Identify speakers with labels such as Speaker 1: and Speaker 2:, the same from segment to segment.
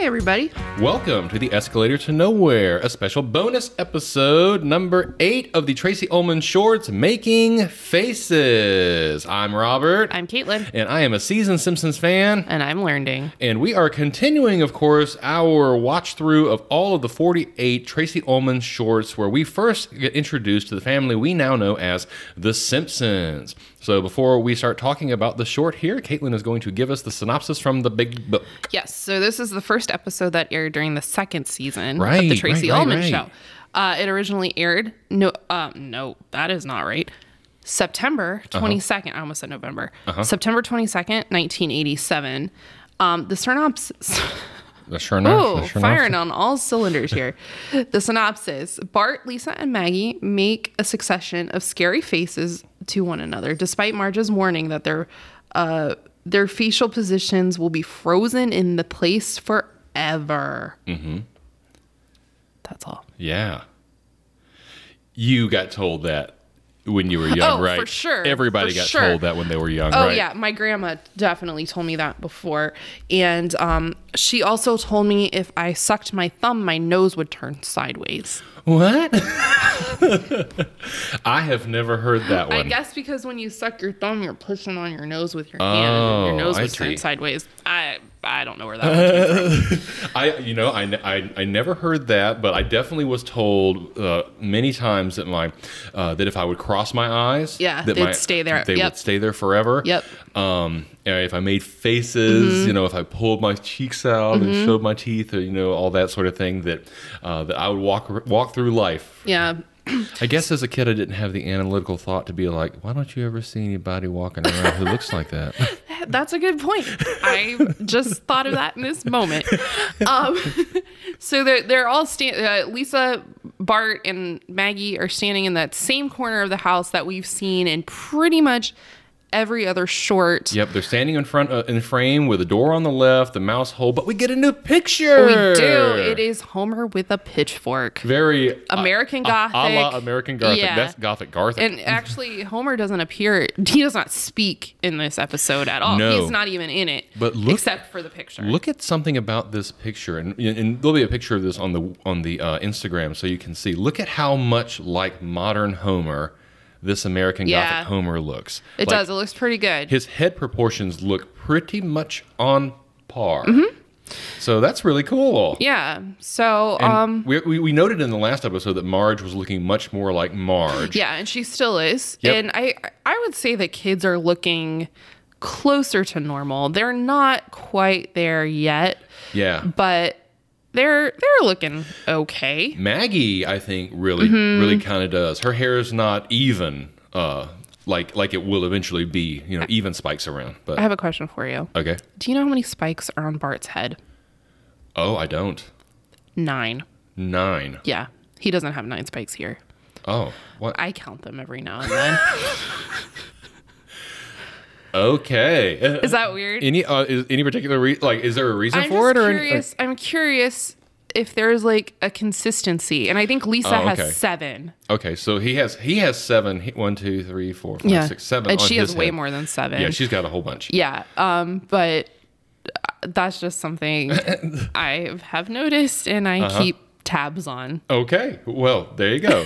Speaker 1: everybody.
Speaker 2: Uh, Welcome to the Escalator to Nowhere, a special bonus episode number eight of the Tracy Ullman Shorts Making Faces. I'm Robert.
Speaker 1: I'm Caitlin.
Speaker 2: and I am a seasoned Simpsons fan.
Speaker 1: And I'm learning.
Speaker 2: And we are continuing, of course, our watch through of all of the 48 Tracy Ullman shorts where we first get introduced to the family we now know as The Simpsons. So before we start talking about the short here, Caitlin is going to give us the synopsis from the big book.
Speaker 1: Yes, so this is the first episode that aired during the second season of the
Speaker 2: Right,
Speaker 1: Tracy
Speaker 2: right, right,
Speaker 1: Ullman
Speaker 2: right.
Speaker 1: Show. Uh, it originally aired no, um, no, that is not right. September
Speaker 2: Uh-huh.
Speaker 1: 22nd. I almost said November. September 22nd, 1987. Um, the synopsis.
Speaker 2: Uh, Sure enough. uh,
Speaker 1: Oh,
Speaker 2: sure enough.
Speaker 1: firing on all cylinders here. the synopsis Bart, Lisa, and Maggie make a succession of scary faces to one another, despite Marge's warning that their, uh, their facial positions will be frozen in the place forever. Mm-hmm. That's all.
Speaker 2: Yeah. You got told that when you were young,
Speaker 1: Oh,
Speaker 2: right?
Speaker 1: for sure,
Speaker 2: Everybody
Speaker 1: for
Speaker 2: got
Speaker 1: sure.
Speaker 2: told that when they were young,
Speaker 1: Oh
Speaker 2: right?
Speaker 1: yeah, my grandma definitely told me that before, and um, she also told me if I sucked my thumb, my nose would turn sideways.
Speaker 2: What? I have never heard that
Speaker 1: I
Speaker 2: one.
Speaker 1: guess because when you suck your thumb, you're pushing on your nose with your hand, and
Speaker 2: Oh,
Speaker 1: your nose
Speaker 2: I
Speaker 1: would turn
Speaker 2: see.
Speaker 1: sideways. I I don't know where that. was.
Speaker 2: I, you know, I, ne- I, I never heard that, but I definitely was told uh, many times that my uh, that if I would cross my eyes,
Speaker 1: Yeah,
Speaker 2: that
Speaker 1: they'd
Speaker 2: my-
Speaker 1: stay there.
Speaker 2: They
Speaker 1: Yep.
Speaker 2: would stay there forever.
Speaker 1: Yep. Mm-hmm.
Speaker 2: Um, and if I made faces, you know, if I pulled my cheeks out and showed my teeth, or you know, all that sort of thing, that uh, that I would walk walk through life.
Speaker 1: yeah,
Speaker 2: I guess as a kid, I didn't have the analytical thought to be like, why don't you ever see anybody walking around who looks like that?
Speaker 1: that's a good point. I just thought of that in this moment. Um, so they're they're all stand. Uh, Lisa, Bart, and Maggie are standing in that same corner of the house that we've seen in pretty much every other short.
Speaker 2: Yep, they're standing in front uh, in frame with a door on the left, the mouse hole, but we get a new picture.
Speaker 1: We do. It is Homer with a pitchfork.
Speaker 2: very uh,
Speaker 1: American
Speaker 2: a- a la
Speaker 1: Gothic.
Speaker 2: American Gothic.
Speaker 1: Yeah.
Speaker 2: That's Gothic Garthic.
Speaker 1: And actually, Homer doesn't appear. He does not speak in this episode at all.
Speaker 2: No.
Speaker 1: He's not even in it.
Speaker 2: But look-
Speaker 1: except for the picture.
Speaker 2: Look at something about this picture, and, and there'll be a picture of this on the on the uh, Instagram, so you can see. Look at how much like modern Homer, this American
Speaker 1: Yeah.
Speaker 2: Gothic Homer looks.
Speaker 1: it
Speaker 2: Like,
Speaker 1: does. It looks pretty good.
Speaker 2: his head proportions look pretty much on par.
Speaker 1: Mm-hmm.
Speaker 2: So that's really cool.
Speaker 1: yeah. So,
Speaker 2: And
Speaker 1: um,
Speaker 2: we, we, we noted in the last episode that Marge was looking much more like Marge.
Speaker 1: yeah, and she still is.
Speaker 2: Yep.
Speaker 1: And I, I would say that kids are looking closer to normal. They're not quite there yet,
Speaker 2: Yeah.
Speaker 1: but they're they're looking okay.
Speaker 2: Maggie, I think, really, really
Speaker 1: Mm-hmm.
Speaker 2: kind of does. Her hair is not even, uh, like like it will eventually be, you know, even spikes around.
Speaker 1: I
Speaker 2: But
Speaker 1: have a question for you.
Speaker 2: okay.
Speaker 1: Do you know how many spikes are on Bart's head?
Speaker 2: Oh, I don't.
Speaker 1: Nine.
Speaker 2: Nine.
Speaker 1: Yeah, he doesn't have nine spikes here.
Speaker 2: Oh, what?
Speaker 1: I count them every now and then.
Speaker 2: Okay. Uh,
Speaker 1: Is that weird?
Speaker 2: any uh, is any particular re- like is there a reason
Speaker 1: I'm
Speaker 2: for
Speaker 1: just
Speaker 2: it or
Speaker 1: curious. I'm curious if there's like a consistency, and I think Lisa
Speaker 2: Oh, okay.
Speaker 1: has seven.
Speaker 2: Okay, so he has he has seven. He, one, two, three, four, five, six, seven
Speaker 1: and
Speaker 2: on
Speaker 1: she
Speaker 2: his
Speaker 1: has way
Speaker 2: head.
Speaker 1: more than seven.
Speaker 2: Yeah, she's got a whole bunch.
Speaker 1: yeah. Um, but uh, that's just something I have noticed, and I
Speaker 2: Uh-huh.
Speaker 1: keep tabs on.
Speaker 2: Okay, well there you go.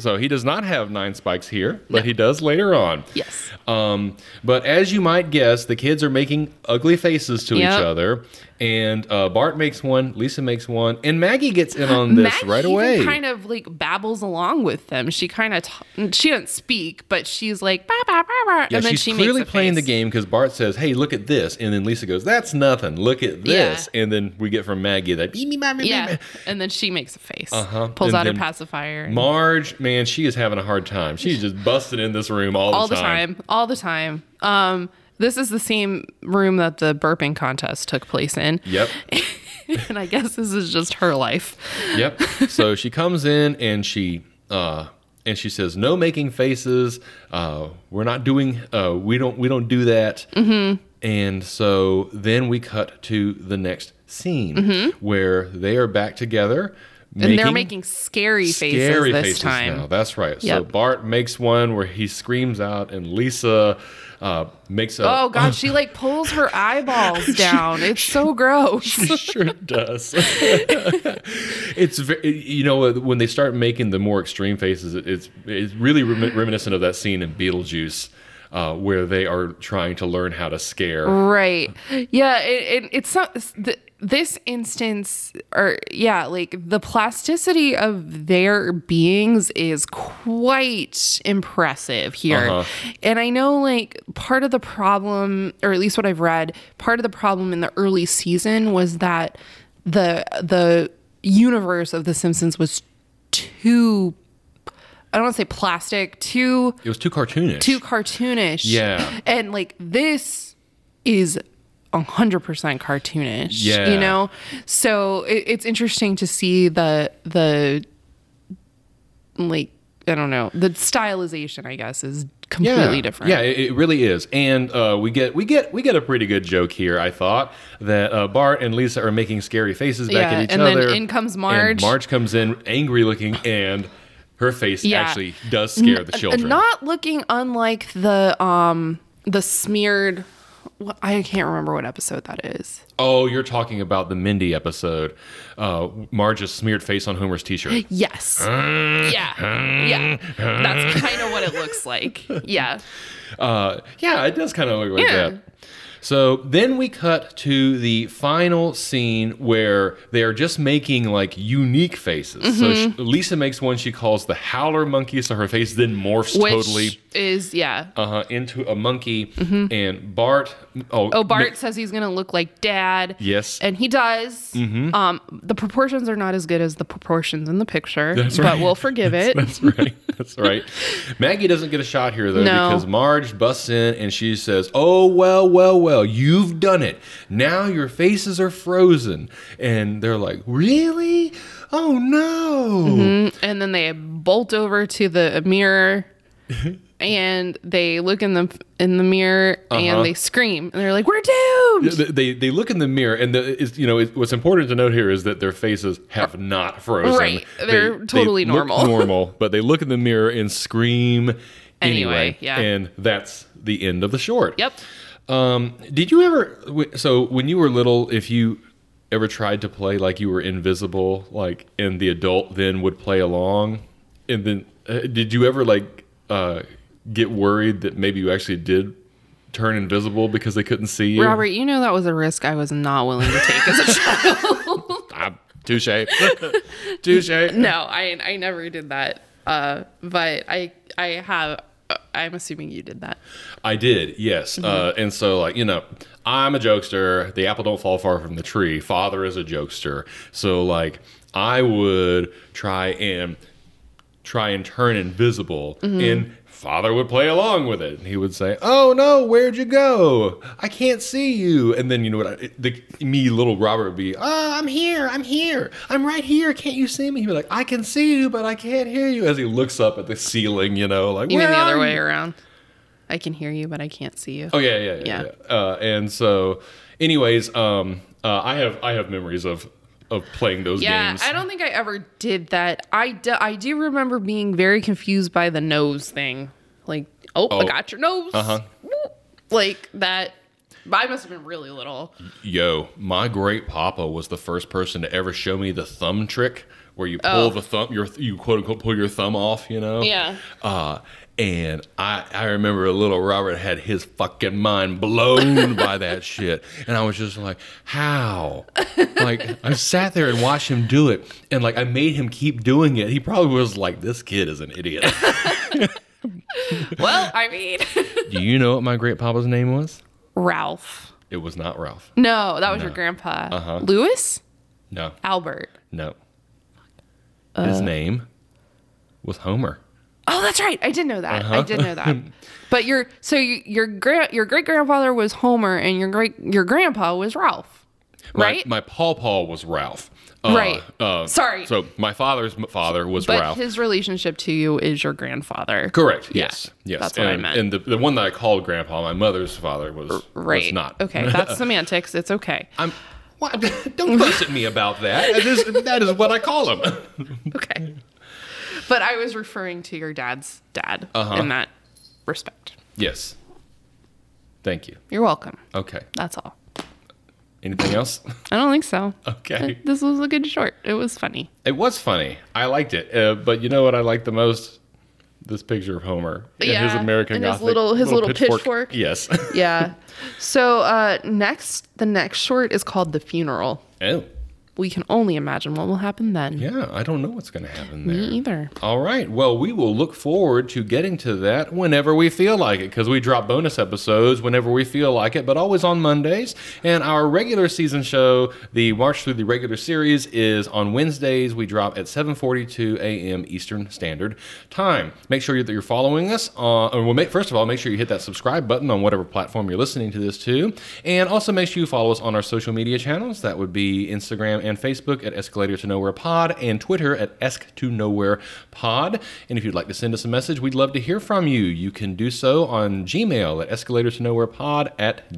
Speaker 2: so he does not have nine spikes here, but he does later on.
Speaker 1: Yes.
Speaker 2: Um, but as you might guess, the kids are making ugly faces to
Speaker 1: Yep.
Speaker 2: each other, and uh, Bart makes one, Lisa makes one, and Maggie gets in on this
Speaker 1: Maggie
Speaker 2: right
Speaker 1: even
Speaker 2: away.
Speaker 1: kind of like babbles along with them. She kind of t- she doesn't speak, but she's like bah, bah, bah, bah,
Speaker 2: yeah,
Speaker 1: and then
Speaker 2: she's
Speaker 1: she
Speaker 2: clearly
Speaker 1: makes a
Speaker 2: playing
Speaker 1: face.
Speaker 2: the game because Bart says, "Hey, look at this," and then Lisa goes, "That's nothing. Look at
Speaker 1: Yeah.
Speaker 2: this," and then we get from Maggie that, "Beep, beep, beep, beep,
Speaker 1: Yeah,
Speaker 2: beep."
Speaker 1: and then she makes a face,
Speaker 2: Uh-huh.
Speaker 1: pulls
Speaker 2: And
Speaker 1: out her
Speaker 2: then
Speaker 1: pacifier. and-
Speaker 2: Marge, man, she is having a hard time. She's just busting in this room all,
Speaker 1: all the time. all the time um this is the same room that the burping contest took place in
Speaker 2: Yep.
Speaker 1: and i guess this is just her life
Speaker 2: Yep. so she comes in and she uh and she says, "No making faces. Uh, we're not doing. Uh, we don't. We don't do that." Mm-hmm. And so then we cut to the next scene where they are back together.
Speaker 1: Mm-hmm. and they're making scary faces
Speaker 2: scary
Speaker 1: this
Speaker 2: faces
Speaker 1: time.
Speaker 2: now. That's right. So
Speaker 1: Yep.
Speaker 2: Bart makes one where he screams out, and Lisa uh, makes a.
Speaker 1: Oh god, she like pulls her eyeballs down. It's so gross.
Speaker 2: sure does. it's ve- you know uh, when they start making the more extreme faces, it- it's it's really remi- reminiscent of that scene in Beetlejuice. Uh, where they are trying to learn how to scare.
Speaker 1: right. Yeah, it, it, it's not th- this instance or yeah, like the plasticity of their beings is quite impressive here. And I know like part of the problem or at least what I've read, part of the problem in the early season was that the the universe of the Simpsons was too I don't want to say plastic, too
Speaker 2: It was too cartoonish.
Speaker 1: too cartoonish.
Speaker 2: Yeah.
Speaker 1: And like this is 100% cartoonish.
Speaker 2: Yeah.
Speaker 1: You know? So it, it's interesting to see the, the, like, I don't know, the stylization, I guess, is completely
Speaker 2: yeah.
Speaker 1: different.
Speaker 2: Yeah, it, it really is. And uh, we get we get we get a pretty good joke here. I thought that uh, Bart and Lisa are making scary faces back
Speaker 1: Yeah,
Speaker 2: at each
Speaker 1: and then
Speaker 2: other.
Speaker 1: in comes
Speaker 2: and
Speaker 1: Marge.
Speaker 2: Marge comes in angry looking, and her face
Speaker 1: Yeah.
Speaker 2: actually does scare the
Speaker 1: N-
Speaker 2: children.
Speaker 1: Not looking unlike the, um, the smeared, wh- I can't remember what episode that is.
Speaker 2: oh, you're talking about the Mindy episode, uh, Marge's smeared face on Homer's T-shirt.
Speaker 1: Yes. yeah. Yeah. That's kind of what it looks like. Yeah.
Speaker 2: Uh, yeah, it does kind of look like
Speaker 1: Yeah.
Speaker 2: that. So then we cut to the final scene where they are just making like unique faces. So sh
Speaker 1: Mm-hmm.
Speaker 2: Lisa makes one she calls the howler monkey. So her face then morphs
Speaker 1: Which
Speaker 2: totally
Speaker 1: is, yeah.
Speaker 2: uh, into a monkey. And Bart, oh,
Speaker 1: Mm-hmm. Oh, Bart
Speaker 2: Mick-
Speaker 1: says he's going to look like dad.
Speaker 2: Yes. Mm-hmm.
Speaker 1: And he does. Um, the proportions are not as good as the proportions in the picture,
Speaker 2: That's
Speaker 1: but
Speaker 2: right.
Speaker 1: we'll forgive it.
Speaker 2: That's right. That's right. Maggie doesn't get a shot here though
Speaker 1: No.
Speaker 2: because Marge busts in and she says, "Oh well, well, well, you've done it. Now your faces are frozen." And they're like, "Really? Oh no!"
Speaker 1: and then they bolt over to the mirror and they look in the in the mirror
Speaker 2: Uh-huh.
Speaker 1: and they scream and they're like, "We're doomed."
Speaker 2: They, they they look in the mirror and the, is, you know it, what's important to note here is that their faces have not frozen.
Speaker 1: Right. They're totally
Speaker 2: look
Speaker 1: normal.
Speaker 2: normal, but they look in the mirror and scream anyway.
Speaker 1: Anyway, yeah.
Speaker 2: And that's the end of the short.
Speaker 1: Yep.
Speaker 2: Um, did you ever? w- So when you were little, if you ever tried to play like you were invisible, like and the adult then would play along, and then uh, did you ever like uh, get worried that maybe you actually did turn invisible because they couldn't see you?
Speaker 1: Robert, you know that was a risk I was not willing to take as a child.
Speaker 2: Ah, touche, touche.
Speaker 1: no, I I never did that. Uh, but I I have uh, I'm assuming you did that.
Speaker 2: I did, yes.
Speaker 1: Mm-hmm.
Speaker 2: Uh, and so, like, you know, I'm a jokester. The apple don't fall far from the tree. Father is a jokester. So, like, I would try and try and turn invisible,
Speaker 1: Mm-hmm.
Speaker 2: and father would play along with it. And he would say, "Oh no, where'd you go? I can't see you." And then you know what? I, the, me, little Robert, would be, "Oh, I'm here. I'm here. I'm right here. Can't you see me?" He'd be like, "I can see you, but I can't hear you." As he looks up at the ceiling, you know, like
Speaker 1: You mean
Speaker 2: "Where
Speaker 1: the
Speaker 2: are
Speaker 1: other
Speaker 2: you?"
Speaker 1: way around? I can hear you, but I can't see you.
Speaker 2: Oh yeah, yeah, yeah. yeah. Uh, and so, anyways, um, uh, I have I have memories of of playing those
Speaker 1: yeah,
Speaker 2: games.
Speaker 1: I don't think I ever did that. I do, I do remember being very confused by the nose thing. Like, oh, I
Speaker 2: Oh.
Speaker 1: got your nose.
Speaker 2: Uh-huh.
Speaker 1: Like that. I must have been really little.
Speaker 2: Yo, my great papa was the first person to ever show me the thumb trick, where you pull
Speaker 1: Oh.
Speaker 2: the thumb, your you quote unquote pull your thumb off, you know.
Speaker 1: Yeah.
Speaker 2: Uh, and I, I remember little Robert had his fucking mind blown by that shit. And I was just like, how? Like, I sat there and watched him do it. And like, I made him keep doing it. He probably was like, this kid is an idiot.
Speaker 1: Well, I mean,
Speaker 2: Do you know what my great papa's name was?
Speaker 1: Ralph.
Speaker 2: It was not Ralph.
Speaker 1: No, that was your grandpa.
Speaker 2: Uh-huh.
Speaker 1: Lewis?
Speaker 2: No,
Speaker 1: Albert.
Speaker 2: no.
Speaker 1: Uh.
Speaker 2: His name was Homer.
Speaker 1: Oh, that's right. I did know that.
Speaker 2: Uh-huh.
Speaker 1: I did know that. But your so you, your grand your great grandfather was Homer, and your great your grandpa was Ralph,
Speaker 2: My,
Speaker 1: right?
Speaker 2: My pawpaw was Ralph. Uh,
Speaker 1: Right.
Speaker 2: Uh,
Speaker 1: Sorry.
Speaker 2: So my father's m- father was
Speaker 1: but
Speaker 2: Ralph.
Speaker 1: his relationship to you is your grandfather.
Speaker 2: Correct.
Speaker 1: Yeah,
Speaker 2: Yes. Yes.
Speaker 1: that's
Speaker 2: and,
Speaker 1: what I meant.
Speaker 2: And the, the one that I called grandpa, my mother's father, was,
Speaker 1: right.
Speaker 2: was not.
Speaker 1: Okay, that's semantics. It's okay.
Speaker 2: I'm. Well, don't fuss at me about that. That is, that is what I call him.
Speaker 1: Okay. But I was referring to your dad's dad
Speaker 2: Uh-huh.
Speaker 1: in that respect.
Speaker 2: Yes. Thank you.
Speaker 1: You're welcome.
Speaker 2: Okay.
Speaker 1: That's all.
Speaker 2: Anything else?
Speaker 1: I don't think so.
Speaker 2: Okay.
Speaker 1: This was a good short. It was funny.
Speaker 2: It was funny. I liked it. Uh, but you know what I liked the most? This picture of Homer in his
Speaker 1: Yeah,
Speaker 2: American
Speaker 1: and his
Speaker 2: Gothic.
Speaker 1: little- his little pitchfork.
Speaker 2: Yes.
Speaker 1: Yeah. so uh, next, the next short is called "The Funeral."
Speaker 2: oh,
Speaker 1: We can only imagine what will happen then.
Speaker 2: yeah. I don't know what's going to happen there.
Speaker 1: Me either.
Speaker 2: All right. Well, we will look forward to getting to that whenever we feel like it because we drop bonus episodes whenever we feel like it, but always on Mondays. And our regular season show, the March through the regular series, is on Wednesdays. We drop at 7:42 a.m. Eastern Standard Time. Make sure that you're following us. On, or well, make, first of all, make sure you hit that subscribe button on whatever platform you're listening to this to, and also make sure you follow us on our social media channels. That would be Instagram and Facebook at Escalator to Nowhere Pod and Twitter at Esc to Nowhere Pod. And if you'd like to send us a message, we'd love to hear from you. You can do so on Gmail at Escalator to Nowhere Pod at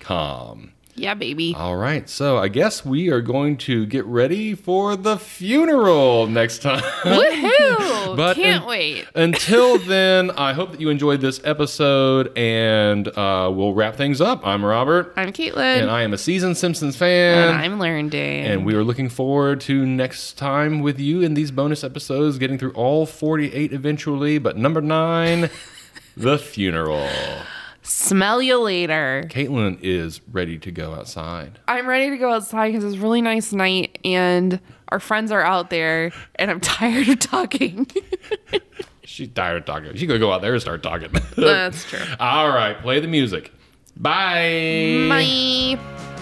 Speaker 2: gmail.com.
Speaker 1: Yeah, baby.
Speaker 2: All right, so I guess we are going to get ready for the funeral next time.
Speaker 1: Woohoo!
Speaker 2: But um,
Speaker 1: Can't
Speaker 2: in-
Speaker 1: wait.
Speaker 2: Until then, I hope that you enjoyed this episode, and uh, we'll wrap things up. I'm Robert,
Speaker 1: I'm Caitlin.
Speaker 2: and I am a seasoned Simpsons fan.
Speaker 1: and I'm Lauren Day.
Speaker 2: and we are looking forward to next time with you in these bonus episodes, getting through all 48 eventually. But number nine, the funeral.
Speaker 1: Smell you later.
Speaker 2: Caitlin is ready to go outside.
Speaker 1: I'm ready to go outside because it's a really nice night and our friends are out there and I'm tired of talking.
Speaker 2: She's tired of talking. She's going to go out there and start talking.
Speaker 1: That's true.
Speaker 2: all right, play the music. Bye.
Speaker 1: Bye.